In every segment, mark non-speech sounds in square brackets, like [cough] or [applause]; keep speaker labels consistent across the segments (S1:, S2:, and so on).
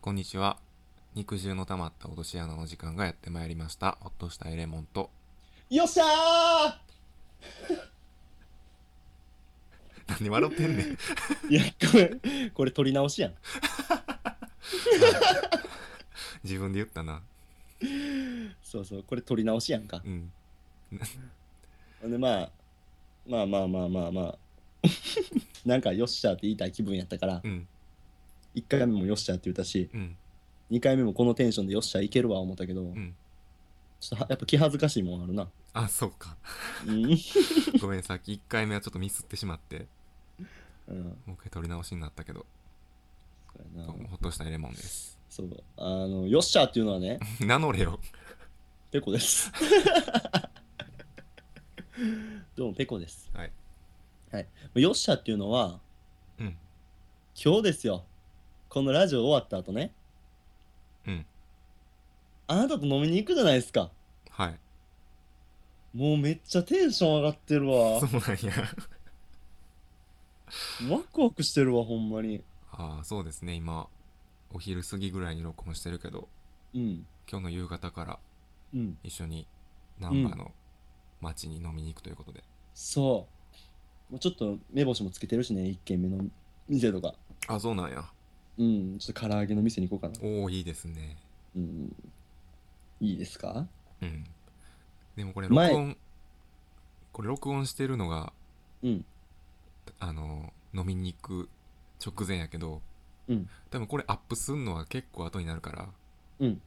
S1: こんにちは。肉汁の溜まった落とし穴の時間がやってまいりました。ほっとしたエレモンと。
S2: よっしゃ
S1: 何笑ってんね [laughs] ん。
S2: ーいやこれこれ撮り直しやん
S1: 自分で言ったな。
S2: そうそうこれ撮り直しやんか
S1: うん。
S2: ほんでまあまあまあまあまあまあ [laughs] なんかよっしゃーって言いたい気分やったから
S1: うん。
S2: 1回目もよっしゃーって言ったし
S1: うん。
S2: 2回目もこのテンションでよっしゃーいけるわ思ったけど、
S1: うん。
S2: ちょっとはやっぱ気恥ずかしいもんあるな
S1: あ、そうか。
S2: うん、
S1: ごめん、さっき1回目はちょっとミスってしまって、
S2: うん、
S1: もう一回撮り直しになったけど、
S2: そうや
S1: ど
S2: な
S1: うもほっとしたエレモンです。
S2: そうあのよっしゃーっていうのはね
S1: 名乗れよ。
S2: ペコです
S1: [laughs]
S2: どうもペコです
S1: はい。
S2: よっしゃーっていうのは
S1: うん。
S2: 今日ですよこのラジオ終わった後ね
S1: うん
S2: あなたと飲みに行くじゃないですか
S1: はい。
S2: もうめっちゃテンション上がってるわ
S1: そうなんや。
S2: ワクワクしてるわほんまに
S1: ああ、そうですね。今、お昼過ぎぐらいに録音してるけど、
S2: うん
S1: 今日の夕方から
S2: うん
S1: 一緒に難波の町に飲みに行くということで。
S2: そうもうちょっと目星もつけてるしね一軒目の店とか
S1: あ、そうなんや。
S2: うんちょっと唐揚げの店に行こうかな
S1: おおいいですね
S2: うんいいですか
S1: うんでもこれ録
S2: 前
S1: 音これ録音してるのが
S2: うん
S1: あの飲みに行く直前やけど、
S2: うん
S1: 多分これアップすんのは結構後になるから
S2: うん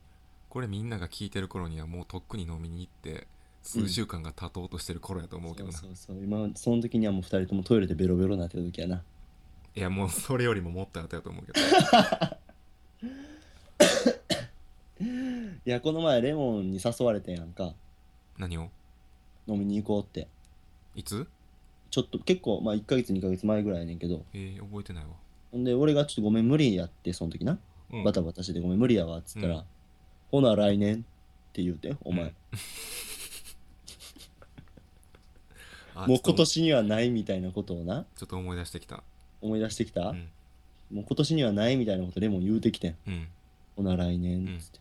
S1: これみんなが聞いてる頃にはもうとっくに飲みに行って数週間が経とうとしてる頃やと思うけ
S2: そ
S1: ど
S2: う
S1: な、
S2: そうそう今その時にはもう二人ともトイレでベロベロになってた時やない
S1: やもうそれよりももっと後やと思う
S2: [laughs]
S1: けど
S2: いやこの前レモンに誘われてんやんか
S1: 何を
S2: 飲みに行こうって
S1: いつ
S2: ちょっと結構まあ1ヶ月2ヶ月前ぐらいやねんけど
S1: えー、覚えてないわ、
S2: ほんで俺がちょっとごめん無理やってその時な、
S1: うん、
S2: バタバタしててごめん無理やわっつったら、
S1: うん
S2: ほな来年って言うてお前、
S1: うんあ
S2: も
S1: ちょ
S2: う今
S1: っと
S2: 年にはないみたいなことをな
S1: ちょっと思い出してきた
S2: 思い出してきた、
S1: うん
S2: もう今年にはないみたいなことレモン言うてきてん
S1: うん
S2: ほな来年っつって、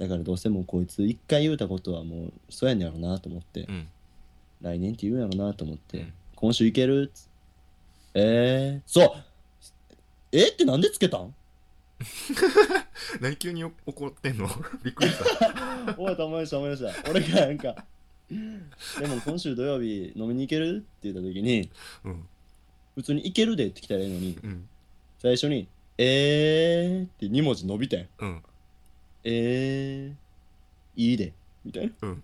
S2: だからどうせもうこいつ一回言うたことはもうそうやねんやろなと思って、
S1: う
S2: [laughs]
S1: ん
S2: 来年って言うんやろなと思って、
S1: うん
S2: 今週行けるっつえー、そうえってなんでつけたん
S1: 何急に怒ってんの [laughs] びっくりした
S2: [laughs] 覚えた思い出した思い出した俺がなんかでも今週土曜日飲みに行けるって言った時に
S1: うん
S2: 普通に行けるでって来たらいいのに
S1: うん
S2: 最初に「えー」って2文字伸びてん
S1: うん
S2: 「えー」「いいで」みたいな
S1: うん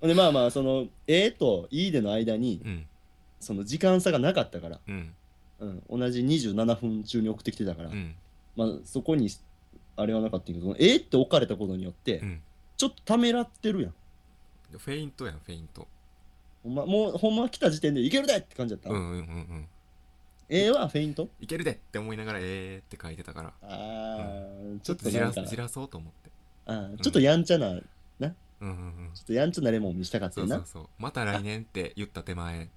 S2: ほんでまあまあその「えー」と「いいで」の間に
S1: うん
S2: その時間差がなかったから、
S1: うん
S2: うん、同じ27分中に送ってきてたから、
S1: うん
S2: まあそこにあれはなかったけどその「えー」って置かれたことによって
S1: うん
S2: ちょっとためらってるやん
S1: フェイントやんフェイント
S2: ほんまもうほんま来た時点で「いけるで!」って感じだった、
S1: うんうんうんうん
S2: えーはフェイント
S1: いけるでって思いながらえーって書いてたから
S2: あー
S1: ち
S2: ち
S1: ょ
S2: ょ
S1: っ
S2: っ
S1: と
S2: と
S1: じ
S2: な
S1: ら
S2: んか
S1: じらそうと思って
S2: あーちょっとやんちゃな、ちょ
S1: うんうんうん
S2: っとやんちゃなレモン見したかった
S1: そ
S2: よ
S1: う
S2: な
S1: そうそうまた来年って言った手前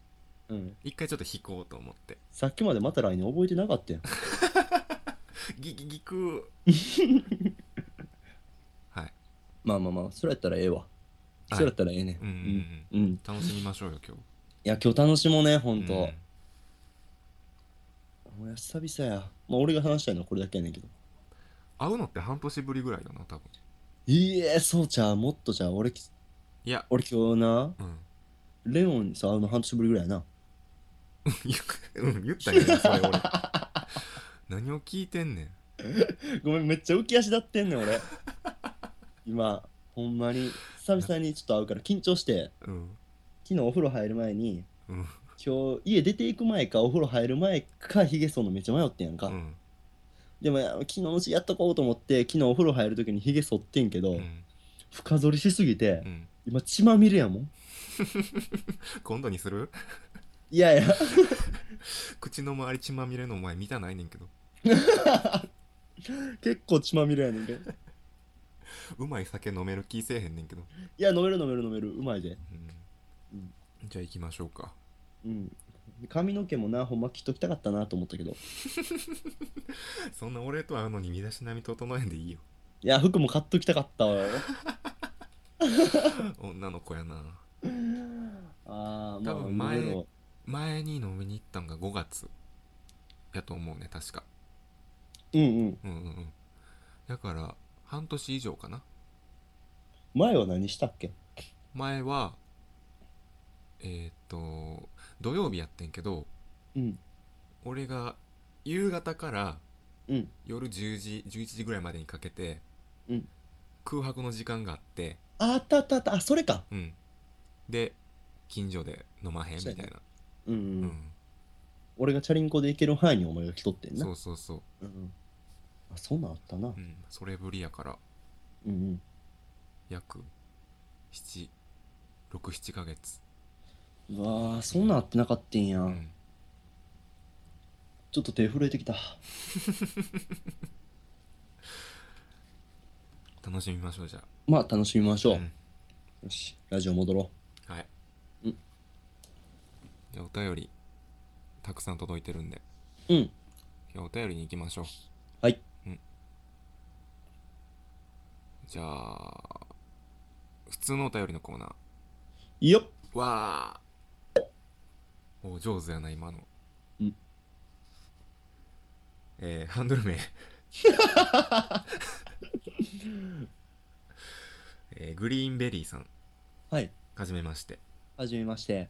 S2: うん、
S1: 一回ちょっと引こうと思って
S2: さっきまでまた来年覚えてなかったよ
S1: ギギギク [laughs] ーはい
S2: まあまあまあそれやったらええわ
S1: い
S2: それやったらええね
S1: うんうん
S2: うん、うんい
S1: 楽しみましょうよ今日
S2: や今日楽しもうねほん
S1: 本
S2: と、もうや久々やまあ俺が話したいのはこれだけやねんけど
S1: 会うのって半年ぶりぐらいだな多分
S2: いいえそうちゃうもっとじゃう俺き
S1: いや
S2: 俺今日な
S1: [laughs] うん
S2: レオンにさ会うの半年ぶりぐらいやな
S1: うん言ったけどそれ [laughs] 俺何を聞いてんねん
S2: ごめんめっちゃ浮き足立ってんねん
S1: [laughs]
S2: 俺今ほんまに久々にちょっと会うから緊張して
S1: うん
S2: 昨日お風呂入る前に
S1: うん
S2: 今日家出ていく前かお風呂入る前かヒゲ剃るのめっちゃ迷ってんやんか、
S1: うん
S2: でもや昨日のうちやっとこうと思って昨日お風呂入る時にヒゲ剃ってんけど、
S1: うん
S2: 深剃りしすぎて
S1: うん
S2: 今血まみれやもん
S1: 今度にする
S2: いやいや
S1: 口の周り血まみれのお前見たないねんけど
S2: 結構血まみれやねんけど
S1: うまい酒飲める気せえへんねんけど、
S2: いや飲める飲める飲めるうまいで
S1: うん
S2: うん
S1: じゃあ行きましょうか
S2: うん髪の毛もなほんま切っときたかったなと思ったけど
S1: そんな俺と会うのに身だしなみ整えんでいいよ
S2: いや服も買っときたかったわよ
S1: 女の子やな
S2: あ
S1: [laughs]
S2: ーまあ
S1: 多分前
S2: いろいろ
S1: 前に飲みに行ったんが5月やと思うね確か
S2: うんうん
S1: うんうんうんだから半年以上かな
S2: 前は何したっけ
S1: 前はえーっと土曜日やってんけど
S2: うん
S1: 俺が夕方から
S2: うん
S1: 夜10時11時ぐらいまでにかけて、
S2: うん
S1: 空白の時間があって
S2: ああったあったあったあそれか
S1: うんで近所で飲まへんみたいな
S2: そうやうん、うん
S1: う
S2: 俺がチャリンコで行ける範囲にお前が来とってん
S1: ん
S2: な
S1: そうそうそう
S2: うんうんあそんなんあったな
S1: うんそれぶりやから
S2: うんうん
S1: 約767ヶ月
S2: うわーそんなんあってなかったんや、
S1: うん
S2: ちょっと手震えてきた
S1: 楽しみましょうじゃあ
S2: まあ楽しみましょう、
S1: ん
S2: よしラジオ戻ろ
S1: はい、
S2: うん
S1: じゃあお便りたくさん届いてるんで
S2: ううん
S1: じゃあお便りに行きましょう
S2: はい
S1: じゃあ普通のお便りのコーナ
S2: よっ
S1: ーわあお上手やな今の
S2: うん
S1: えーハンドル
S2: [laughs]
S1: 名えーグリーンベリーさん
S2: はい
S1: はじめまして、
S2: はじめまして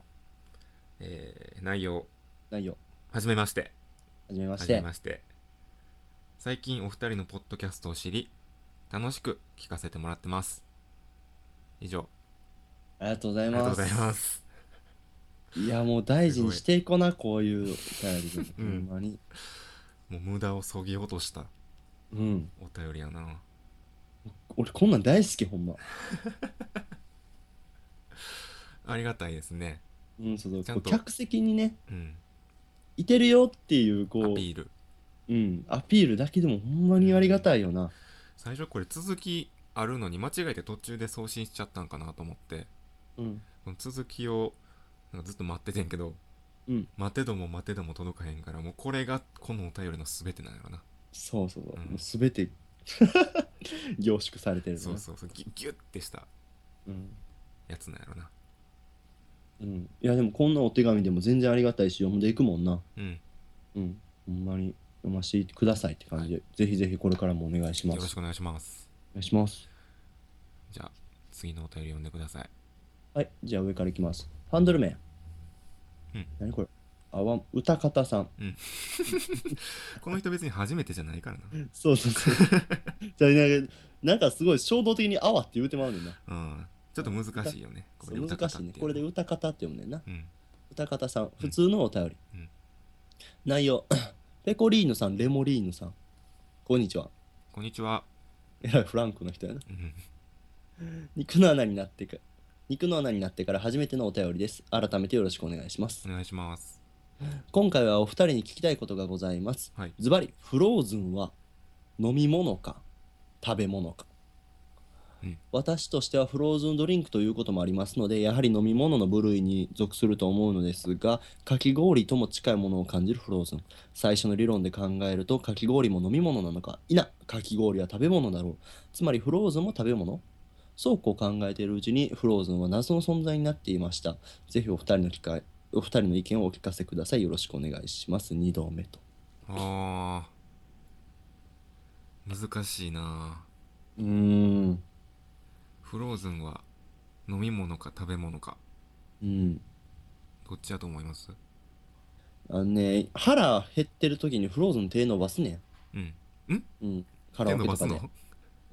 S1: えー内容
S2: 内容
S1: はじめまして
S2: はじめま
S1: は
S2: し
S1: じめ
S2: て
S1: まして最近お二人のポッドキャストを知り楽しく聞かせてもらってます以上
S2: ありがとうござ
S1: あ
S2: い
S1: りがとう
S2: ま
S1: ご
S2: す
S1: ざいます
S2: いやもう大事にしていこうなこういうお便りで
S1: う
S2: ほ
S1: ん
S2: んまに
S1: もう無駄をそぎ落とした
S2: うん
S1: お便りやな
S2: 俺こんなん大好きほんま
S1: ありがたいですね
S2: うんそう
S1: ちゃ
S2: そ
S1: ん
S2: う
S1: と
S2: 客席にね
S1: うん
S2: いてるよっていうこ
S1: ア
S2: う
S1: ピール
S2: うん、アピールだけでもほんまにありがたいよな。
S1: 最初これ続きあるのに間違えて途中で送信しちゃったんかなと思って
S2: うん。
S1: この続きをなんかずっと待っててんけど、
S2: うん
S1: 待てども待てども届かへんからもうこれがこのお便りの全てなんやろな、
S2: そうそうそう。
S1: うん
S2: もうすべて [laughs] 凝縮されてるな
S1: そうそうそうギュギュッてした
S2: うん。
S1: やつなんやろな
S2: うん。いや、でもこんなお手紙でも全然ありがたいし、読んでいくもんな。
S1: うん
S2: うん。ほんまに読ませてくださいって感じで、ぜひぜひこれからもお願いしま
S1: よ
S2: す。
S1: ろし
S2: お
S1: くお願いします
S2: 願いします。
S1: じゃあ次のお便り読んでください
S2: はい、じゃあ上からいきます。ハンドル名。
S1: うん。
S2: 何これあわん、歌方さん。
S1: この人別に初めてじゃないからな
S2: そうそう [laughs] そう。じゃあなんか、なんかすごい衝動的にあわって言うてまうねんな。
S1: うんちょっと難しいよね
S2: そう難しいね。これで
S1: う
S2: 歌方って読むねんな。
S1: うん
S2: 歌方さん、普通のお便り。
S1: うん
S2: 内容、 [coughs] ペコリーノさん、レモリーノさん。こんにちは。
S1: こんにちは、
S2: えらいフランクの人やな。
S1: うん、
S2: 肉の穴になってか、肉の穴になってから初めてのお便りです。改めてよろしくお願いします。
S1: お願いします
S2: 今回はお二人に聞きたいことがございます。
S1: はい
S2: ズバリ、フローズンは飲み物か食べ物か。
S1: うん
S2: 私としてはフローズンドリンクということもありますのでやはり飲み物の部類に属すると思うのですがかき氷とも近いものを感じるフローズン最初の理論で考えるとかき氷も飲み物なのかいなかき氷は食べ物だろうつまりフローズンも食べ物そうこう考えているうちにフローズンは謎の存在になっていましたぜひお二人の機会お二人の意見をお聞かせくださいよろしくお願いします二度目と
S1: あー難しいな
S2: うーん
S1: フローズンは飲み物か食べ物か
S2: うん
S1: どっちやと思います
S2: あのね腹減ってる時にフローズン手伸ばすね
S1: うん
S2: んうんカラ
S1: 手
S2: オケ
S1: 伸ば
S2: と
S1: す
S2: かで
S1: の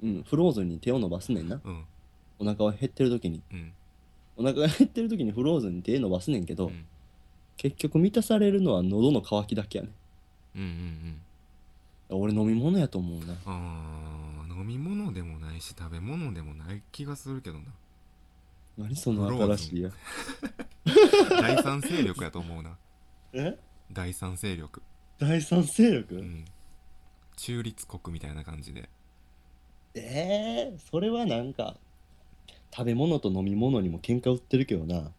S2: うん、フローズンに手を伸ばすねんな。
S1: うん
S2: お腹は減ってる時に。
S1: うん
S2: お腹が減ってる時にフローズンに手伸ばすねんけ
S1: う
S2: ど、
S1: ん
S2: 結局満たされるのは喉の渇きだけやねん。
S1: うんうん
S2: 俺飲み物やと思うな。
S1: あー飲み物でもないし食べ物でもない気がするけどな
S2: 何その新しいや。
S1: 第三勢力やと思うな
S2: え
S1: 第三勢力
S2: 第三勢力、
S1: うん、中立国みたいな感じで
S2: えー、それはなんか、食べ物と飲み物にも喧嘩売ってるけどな。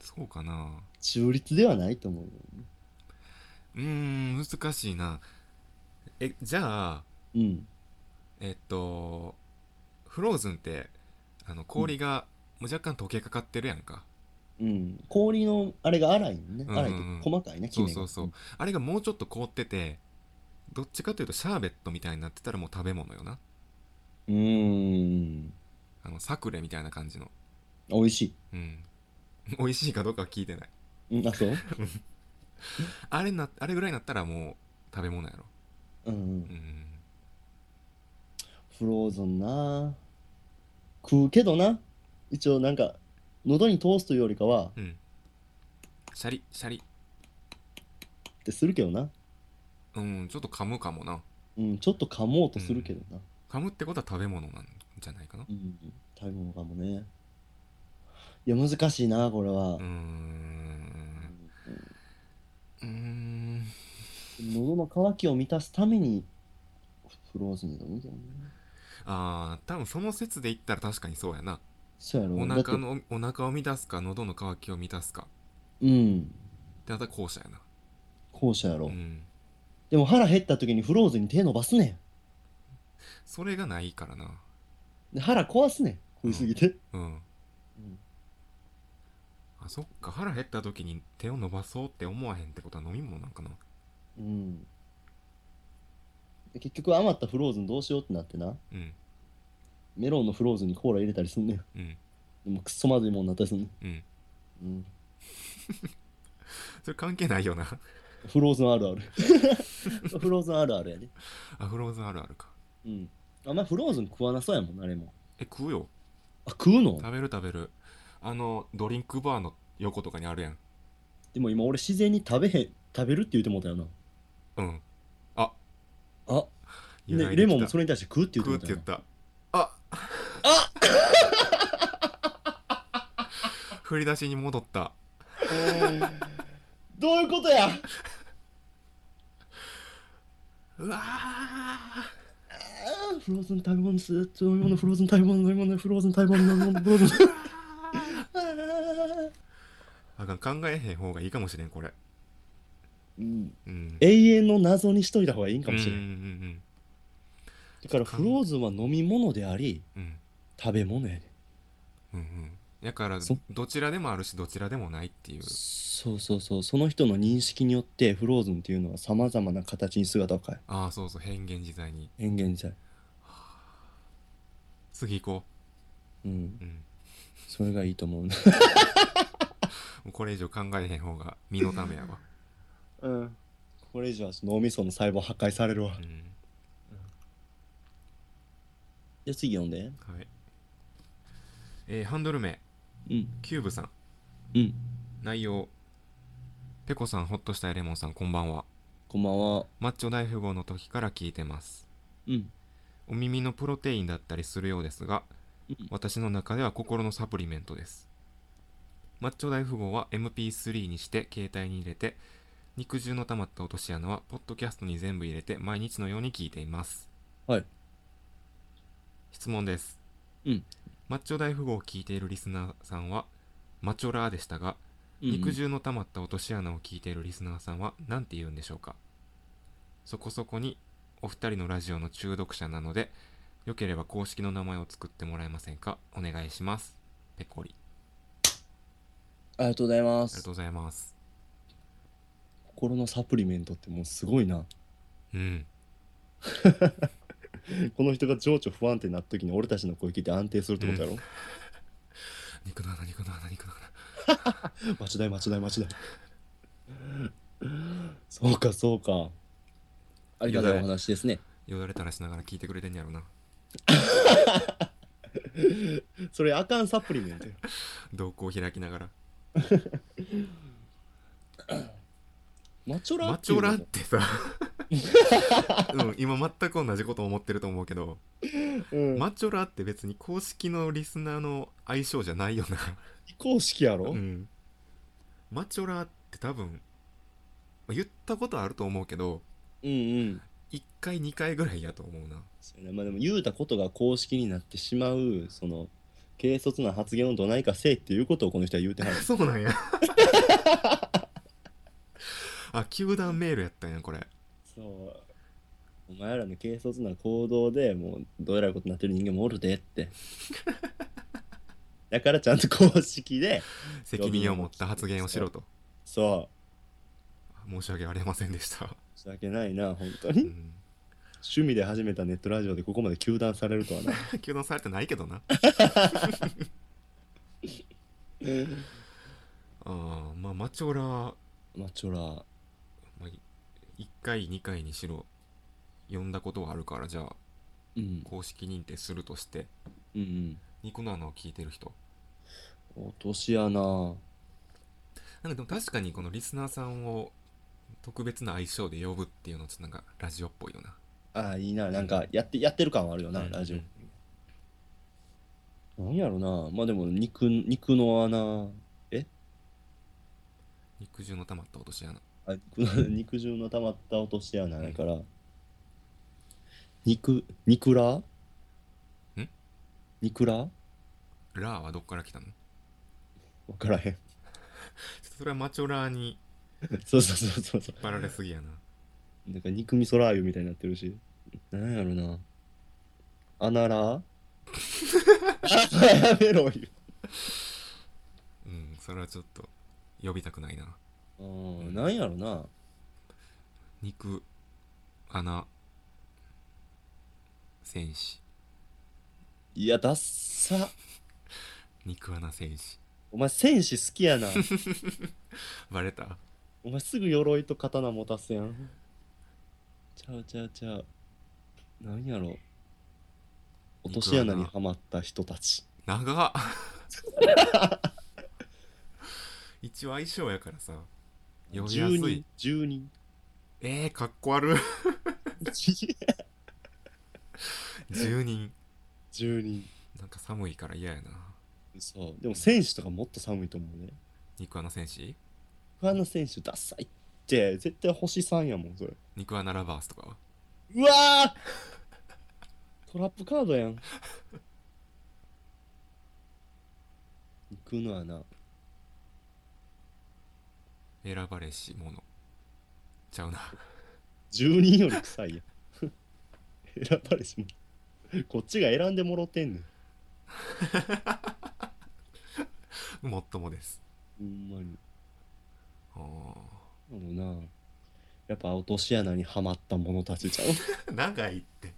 S1: そうかな
S2: 中立ではないと思うよ
S1: うーん難しいなえじゃあ
S2: うん
S1: えっとフローズンってあの氷がもう若干溶けかかってるやんか、
S2: うん、氷のあれが荒いのね、
S1: うんうんうん
S2: 荒いというか細かいね
S1: そ
S2: き
S1: う
S2: めが
S1: そうそう、あれがもうちょっと凍っててどっちかというとシャーベットみたいになってたらもう食べ物よな
S2: うーん
S1: あのサクレみたいな感じの
S2: 美味し
S1: うん [laughs] 美味しいかどうかは聞いてない
S2: いうんあそう
S1: あれなあれぐらいになったらもう食べ物やろ
S2: うんうん
S1: うん
S2: フローズンな食うけどな一応なんか喉に通すというよりかは
S1: うんシャリシャリ
S2: ってするけどな
S1: うんちょっと噛むかもな
S2: うんちょっと噛もうとするけどな
S1: 噛むってことは食べ物なんじゃないかな
S2: うん、食べ物かもねいや難しいなこれは、
S1: うーんうーん
S2: 喉の渇きを満たすためにフローズンに飲むけどね
S1: あー多分その説で言ったら確かにそうやな
S2: そうやろ
S1: お
S2: だって
S1: 腹のお腹を満たすか喉の渇きを満たすか
S2: うん
S1: ってなったら後者やな
S2: 後者やろ、
S1: うん
S2: でも腹減った時にフローズンに手伸ばすね
S1: それがないからなん
S2: で腹壊すねん食いすぎて、
S1: うんあそっか腹減った時に手を伸ばそうって思わへんってことは飲み物なんかな
S2: うんで結局余ったフローズンどうしようってなってな
S1: うん
S2: メロンのフローズンにコーラ入れたりすんねんで
S1: うん
S2: もクソまずいもんになったりすんねん、
S1: うん
S2: うん、
S1: それ関係ないよな
S2: フローズンあるある [laughs] フローズンあるあるやで
S1: あフローズンあるあるか
S2: うんあんまフローズン食わなそうやもんなあれも
S1: え食うよ
S2: あ食うの
S1: 食べる食べるあのドリンクバーの横とかにあるやん
S2: でも今俺自然に食べへん食べるって言うてもうたよな
S1: うんあ
S2: あ、
S1: 由来できた
S2: ね、レモンもそれに対して食うって言うて
S1: 食う
S2: も
S1: っ
S2: う
S1: て言
S2: たよ
S1: っ
S2: な
S1: たあ
S2: [laughs]
S1: 振り出しに戻った
S2: どういうことや
S1: うわ
S2: あーフローズン食べ物です。飲み物、フローズン食べ物、飲み物、フローズン食べ物、飲み物、フローズン。あー
S1: ーあかん考えへん方がいいかもしれんこれ
S2: うん
S1: うん
S2: 永遠の謎にしといた方がいいんか
S1: うん
S2: も
S1: うん
S2: し
S1: う
S2: れん。
S1: ん
S2: だからフローズンは飲み物であり、
S1: うんうん
S2: 食べ物やで。
S1: うんうんだから
S2: そ
S1: どちらでもあるしどちらでもないっていう
S2: そうそうそう、その人の認識によってフローズンっていうのはさまざまな形に姿を変え
S1: ああそうそう変幻自在に
S2: る。変幻自在。
S1: 次行こ
S2: うん、
S1: う、うん、
S2: それがいいと思うな。
S1: もうこれ以上考えへん方が身のためやわ、
S2: うん。これ以上は脳みその細胞破壊されるわ
S1: う。ん、
S2: じゃあ次読んで。
S1: はいえー、ハンドル名
S2: うん。
S1: キューブさん
S2: うん。
S1: 内容ペコさんホッとしたいレモンさんこんばんは
S2: こんばんは。
S1: マッチョ大富豪の時から聞いてます
S2: うん。
S1: お耳のプロテインだったりするようですが
S2: うん
S1: 私の中では心のサプリメントですマッチョ大富豪は MP3 にして携帯に入れて肉汁の溜まった落とし穴はポッドキャストに全部入れて毎日のように聞いています
S2: はい
S1: 質問です
S2: うん
S1: マッチョ大富豪を聞いているリスナーさんはマチョラーでしたが肉汁の溜まった落とし穴を聞いているリスナーさんは何て言うんでしょうかそこそこにお二人のラジオの中毒者なのでよければ公式の名前を作ってもらえませんかお願いしますペコリ
S2: ありがとうございま
S1: ありが
S2: す
S1: と。うございます
S2: 心のサプリメントってもうすごいな。
S1: うん
S2: この人が情緒不安定になった時に俺たちの声聞いて安定するってことやろ、
S1: 肉の穴肉の穴肉の
S2: 待ちだい待ちだい待ちだい。そうかそうか。ありがたいお話ですね。
S1: 穴よだれたらしながら聞いてくれてんやろな
S2: それあかんサプリメントよ。
S1: 瞳孔を開きながら
S2: マチョラ
S1: マ
S2: っ
S1: チ
S2: てい
S1: ョ
S2: うの
S1: ラってさ [laughs] うん今全く同じこと思ってると思うけど、
S2: うん、
S1: マチョラって別に公式のリスナーの相性じゃないよな
S2: 非公式やろ、
S1: うん、マチョラって多分まあ言ったことあると思うけど
S2: うんうん
S1: 1回2回ぐらいやと思うな
S2: そうやなまあでも言うたことが公式になってしまうその軽率な発言をどないかせえっていうことをこの人は言うては
S1: [laughs]
S2: る
S1: そうなんや [laughs] あ球団メールやったんやこれ
S2: そうお前らの軽率な行動でもうどうやらいことになってる人間もおるでって [laughs] だからちゃんと公式で
S1: 責任を持った発言をしろと
S2: そ
S1: 申し訳ありませんでした、
S2: う申し訳ないな本当
S1: う
S2: に
S1: ん、 [laughs]
S2: 趣味で始めたネットラジオでここまで糾弾されるとは [laughs] な
S1: 球団されてないけどな [laughs] あーまあマチョラま
S2: マチョラ
S1: あ、1回2回にしろ呼んだことはあるからじゃあ
S2: うん
S1: 公式認定するとして
S2: うんうん
S1: 肉の穴を聞いてる人
S2: 落とし穴
S1: なんかでも確かにこのリスナーさんを特別な相性で呼ぶっていうのちょっとなんかラジオっぽいよな
S2: ああいいななんかやってやってる感はあるよな、
S1: うん
S2: ラジ
S1: うん
S2: オなんやろなまあでも肉肉の穴
S1: 肉汁の溜まった落とし穴
S2: あ肉の肉汁の溜まった落とし穴やから、肉肉らん肉らわ
S1: ラーはどっから来たのちょ
S2: からへん [laughs]
S1: っとそれはマチョラーに
S2: そうそうそうそうそう
S1: 引っ張られすぎやな
S2: なんか肉味噌ラー油みたいになってるしなんやろな穴らあやめろよ
S1: うんそれはちょっと呼びたくないな
S2: うんなんやろな
S1: 肉穴戦士
S2: いやダッサ
S1: 肉穴戦士
S2: お前戦士好きやな
S1: バレた
S2: お前すぐ鎧と刀持たすやんちゃうちゃうちゃうなんやろ落とし穴にはまった人たち
S1: 長っ一応相性やからさ呼びやす
S2: 10
S1: い
S2: 人10人
S1: えー、かっこ悪い [laughs] 10人
S2: 10人
S1: なんか寒いから嫌やな
S2: そうでも選手とかもっと寒いと思うね
S1: 肉穴戦士
S2: 不安な選手ダサいって絶対星さんやもんそれ
S1: 肉穴ラバースとかは
S2: うわートラップカードやん行くのはな
S1: 選ばれし者ちゃうな
S2: 10人より臭いやん [laughs] 選ばれしもこっちが選んでもろてんねん
S1: もっともです
S2: ほんまに
S1: あ
S2: なのなやっぱ落とし穴にはまった者たちちゃう
S1: ー
S2: [laughs]
S1: 長いって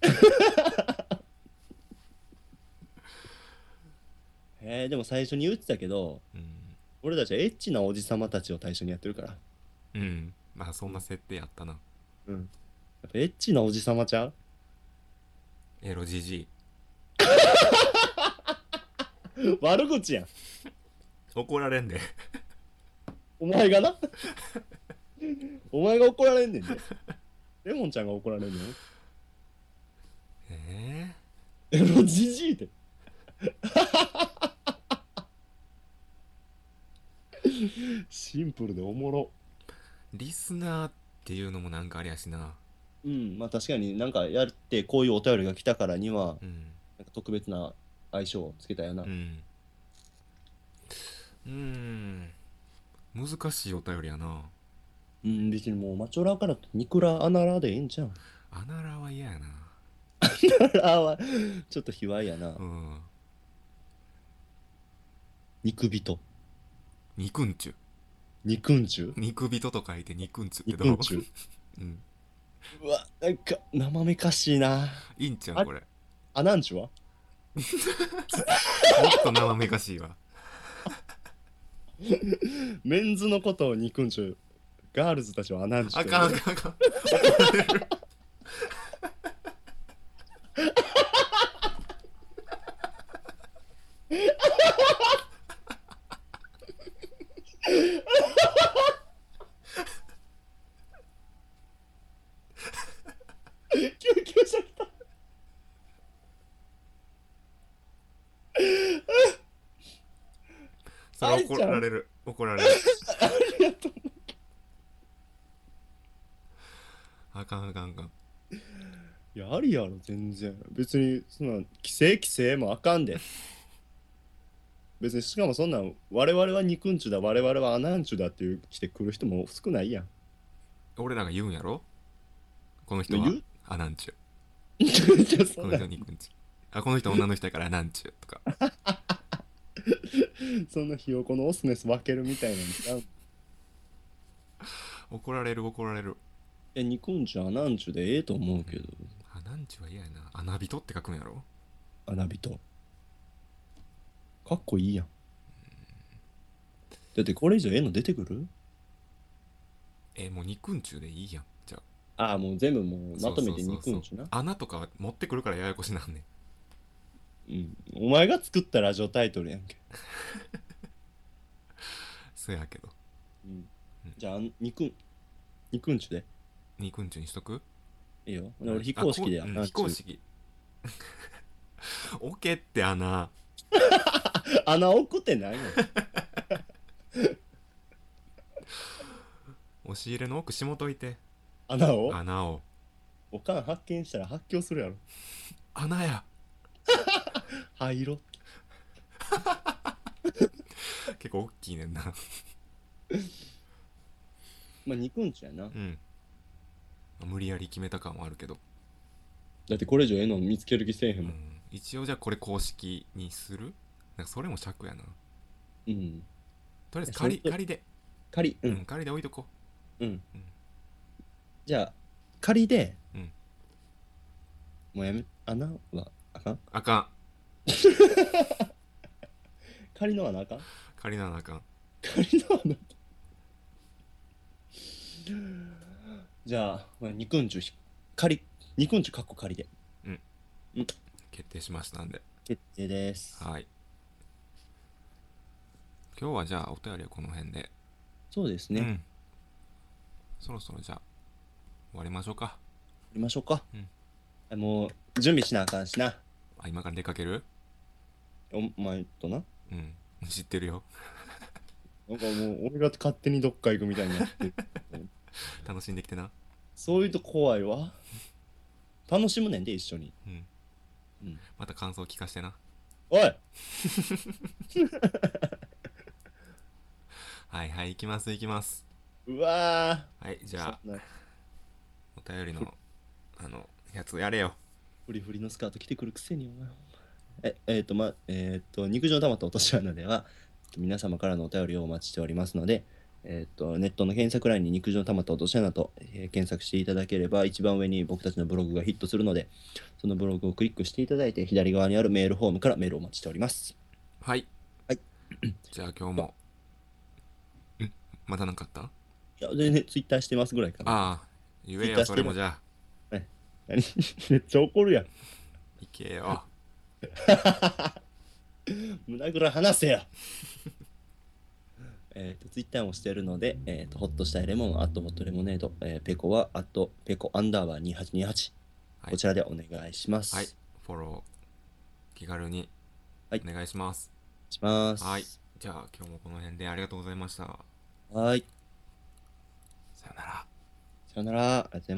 S2: えー、でも最初に言ってたけど
S1: うん
S2: 俺たちはエッチなおじさまたちを対象にやってるからや
S1: うんまあそんな設定やったな
S2: っぱエッチなおじさまちゃう [laughs]
S1: エロジジイ
S2: 悪口やん
S1: 怒られんで
S2: お前がな [laughs] お前が怒られんねんでレモンちゃんが怒られんねん
S1: え
S2: エロじじい [laughs] でシンプルでおもろ
S1: ー、リスナーっていうのもなんかありやしな
S2: うんまあ確かになんかやってこういうお便りが来たからには
S1: うん
S2: なんか特別な相性をつけたよな、
S1: うんうーん難しいお便りやな
S2: うん、別にもうマチョラからニクラアナラでええんじゃん
S1: アナラは嫌やな
S2: アナラはちょっと卑猥やな
S1: うん
S2: 肉人
S1: 肉んちゅ
S2: 肉んちゅ
S1: 肉人と書いて肉んちゅって
S2: 肉
S1: どうん
S2: ちゅ
S1: [laughs] うん
S2: うわなんか生めかしいない
S1: いんちゃ
S2: あ
S1: うこれも
S2: アナンチュは
S1: っと生めかしいわ
S2: メンズのことを肉んちゅガールズ [laughs] たちはアナンチュ
S1: あ
S2: と
S1: かんあかんあ
S2: [laughs]
S1: かん怒られる
S2: 救急車来た
S1: それ怒られる怒られる
S2: [laughs] ありがとう
S1: あかんあかんあかん
S2: いやありやろ全然別にそんな規制規制もあかんで [laughs] 別にしかもそんなん我々は肉んちゅだ我々はアナンちゅだっていう来てくる人も少ないやん
S1: 俺らが言うんやろこの人は
S2: 言う
S1: あなんちゅ
S2: じゃあ
S1: う
S2: [laughs] そ
S1: この
S2: んな
S1: 人にくんちゅうあこの人女の人やからなんちゅうとか
S2: そんなひよこのオスメス分けるみたいなのちゃう
S1: 怒られる怒られる
S2: え肉んちゅアナンちゅでええと思うけど
S1: あなんちゅうは嫌やな穴人って書くんやろ
S2: アナビトかっこいいやんだってこれ以上ええの出てくる
S1: えもう肉んちゅうでいいやんじゃあ
S2: ああもう全部もうまと
S1: そうそ
S2: めて
S1: う
S2: 肉
S1: そうん
S2: ちゅな
S1: 穴とか持ってくるからややこしなんねん
S2: うんお前が作ったラジオタイトルやんけ、
S1: そやけど
S2: うん、じゃあ肉ん肉んちゅで
S1: 肉んちゅうにしとく
S2: いいよ俺非公式でや
S1: あ
S2: ん
S1: こう
S2: な
S1: うんん非公式 [laughs] オケって穴
S2: 穴置くっ
S1: [laughs]
S2: てないの
S1: 押し入れの奥しもといて
S2: 穴を
S1: 穴を
S2: おかん発見したら発狂するやろ
S1: 穴や
S2: 灰色
S1: 結構大きいねんな
S2: まあ肉んちゅやな、
S1: うん無理やり決めた感はあるけど、
S2: だってこれ以上ええの見つける気せえへ
S1: うん
S2: もん
S1: 一応じゃあこれ公式にするなんかそれも尺やな
S2: うん
S1: とりあえず仮
S2: それと
S1: 仮で、
S2: 仮う
S1: うんん、仮で置いとこ
S2: うん
S1: うん
S2: じゃあ仮で、
S1: うん
S2: もうやめ穴はあかん
S1: うあかん
S2: 仮の穴あかん
S1: [laughs] 仮なのあかん
S2: 仮の穴じゃあ、まあ、肉んちゅ仮肉んちゅかっこ仮で
S1: 決定しましたんで
S2: 決定です
S1: はい今日はじゃあお便りはこの辺で
S2: そうです
S1: う
S2: ね、や
S1: ん、そろそろじゃあ終わりましょうか
S2: りましょうか
S1: うん、
S2: あもう準備しなあかんしな
S1: あ今から出かける
S2: お前とな
S1: うん知ってるよ [laughs]
S2: なんかもう俺が勝手にどっか行くみたいにな
S1: [laughs]
S2: ってる
S1: 楽しんできてな
S2: そういうと怖いわ楽しむねんで一緒に、
S1: うん
S2: うん、
S1: また感想聞かしてな
S2: おい
S1: はいはい行きます行きます
S2: うわ
S1: はいじ
S2: ー
S1: ゃあ
S2: そんな
S1: お便りのあのやつやれよ
S2: フリフリのスカート着てくるくせにお前ええー、とまえー、と肉汁の玉と落とし穴では皆様からのお便りをお待ちしておりますのでえー、とネットの検索欄に肉汁の玉と落とし穴と、えー検索していただければ一番上に僕たちのブログがヒットするのでそのブログをクリックしていただいて左側にあるメールフォームからメールをお待ちしております
S1: はい、
S2: はい、
S1: じゃあ今日もんまたなんかあった
S2: いや全然ツイッターしてますぐらいかな
S1: ああ言えよそれもじゃあ
S2: 何めっちゃ怒るやん
S1: 行けよ
S2: 胸ぐら話せよ [laughs] えっと、ツイッターもしてるので、えっ、と、ホッとしたいレモン、アットホットレモネード、えーペコは、アットペコアンダーバー2828、
S1: はい
S2: こちらでお願いします。
S1: はいフォロー気軽に
S2: は
S1: お
S2: い
S1: 願いします、
S2: します。
S1: はい、じゃあ今日もこの辺でありがとうございました
S2: はい。
S1: さよなら
S2: さよなら。ありがとうござ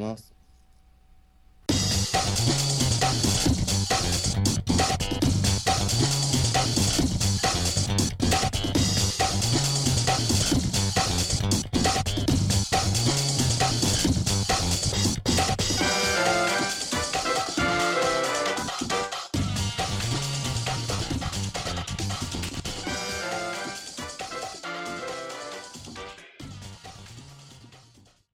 S2: いま
S3: 「
S2: す。